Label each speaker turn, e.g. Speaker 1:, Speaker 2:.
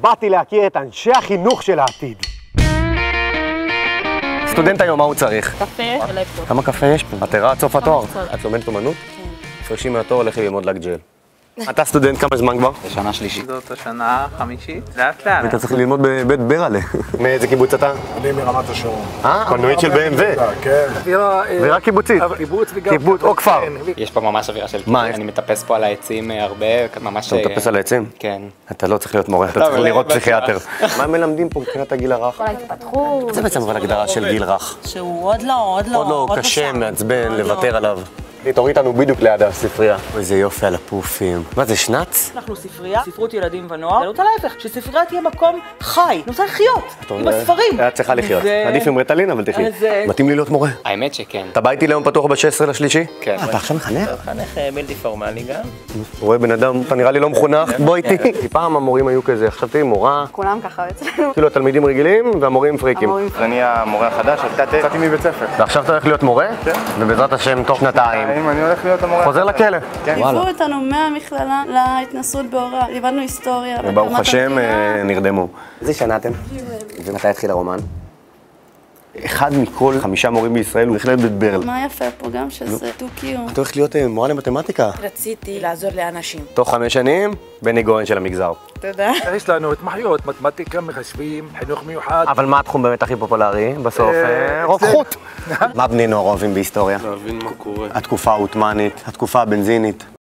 Speaker 1: באתי להכיר את אנשי החינוך של העתיד.
Speaker 2: סטודנט היום, מה הוא צריך?
Speaker 3: קפה ולפטופ.
Speaker 2: כמה קפה יש פה? את ערה עד סוף התואר.
Speaker 3: קצת.
Speaker 2: את לומדת אומנות? הפרשים מהתואר, לכי ללמוד לג'ל. אתה סטודנט כמה זמן כבר?
Speaker 4: שנה שלישית.
Speaker 5: זאת השנה החמישית, לאט לאט.
Speaker 2: אתה צריך ללמוד בבית ברלה. מאיזה קיבוץ אתה?
Speaker 6: אני מרמת השרון.
Speaker 2: אה? קולנועית של BMW.
Speaker 6: כן.
Speaker 2: ורק קיבוצית.
Speaker 6: קיבוץ וגם...
Speaker 2: קיבוץ או כפר.
Speaker 4: יש פה ממש אווירה של...
Speaker 2: מה, יש-
Speaker 4: אני מטפס פה על העצים אה, הרבה, ממש...
Speaker 2: אתה מטפס על העצים?
Speaker 4: כן.
Speaker 2: אתה לא צריך להיות מורה, אתה צריך
Speaker 4: אבל-
Speaker 2: לראות
Speaker 4: בטוח.
Speaker 2: פסיכיאטר. מה מלמדים פה מבחינת הגיל הרך?
Speaker 3: כל ההתפתחות.
Speaker 2: זה בעצם אבל הגדרה של גיל רך.
Speaker 7: שהוא עוד לא, עוד לא,
Speaker 2: עוד לא קשה,
Speaker 7: שם.
Speaker 2: מעצבן,
Speaker 7: עוד
Speaker 2: לוותר
Speaker 7: לא.
Speaker 2: עליו. תוריד אותנו בדיוק ליד הספרייה. איזה יופי על הפופים. מה זה, שנץ?
Speaker 7: אנחנו ספרייה, לא ספרות ילדים ונוער, אני רוצה להפך, שספריה תהיה מקום חי, אני רוצה לחיות, עם הספרים.
Speaker 2: היה צריכה לחיות.
Speaker 7: זה-
Speaker 2: עדיף עם רטלין, אבל תחי.
Speaker 7: אז, אה,
Speaker 2: מתאים לי להיות מורה.
Speaker 4: האמת שכן.
Speaker 2: אתה בא איתי ליום פתוח ב-16 לשלישי?
Speaker 4: כן.
Speaker 2: אתה עכשיו מחנך?
Speaker 5: חנך בלתי אה, פורמלי גם. כן.
Speaker 2: רואה בן אדם, אתה נראה לי לא מחונך, בוא איתי. כי פעם המורים היו כזה, עכשיו תהיי מורה.
Speaker 3: כולם ככה אצלנו.
Speaker 2: כאילו התלמידים רגילים והמורים פריקים.
Speaker 3: המורים
Speaker 2: אני המורה החדש, יצאתי מבית ספר. ועכשיו אתה הולך להיות מורה? כן. ובעזרת השם, תוך שנתיים.
Speaker 5: אני הולך להיות המורה. כן.
Speaker 2: חוזר לכלא.
Speaker 8: ליוו אותנו מהמכללה להתנסות בהוראה, לימדנו היסטוריה.
Speaker 2: וברוך
Speaker 8: הקמת
Speaker 2: השם
Speaker 8: המדינה.
Speaker 2: אה, נרדמו. איזה שנה אתם? ומתי התחיל הרומן? אחד מכל חמישה מורים בישראל הוא החלט בברל. את
Speaker 8: מה יפה פה גם שזה דו-קיום.
Speaker 2: הולכת להיות אה, מורה למתמטיקה.
Speaker 7: רציתי לעזור לאנשים.
Speaker 2: תוך חמש שנים, בני גורן של המגזר.
Speaker 7: תודה.
Speaker 6: יש לנו התמחיות, מתמטיקה, מחשבים, חינוך מיוחד.
Speaker 2: אבל מה התחום באמת הכי פופולרי? בסוף, אה, רוקחות. מה בני נוער אוהבים בהיסטוריה? להבין מה קורה. התקופה העות'מאנית, התקופה הבנזינית.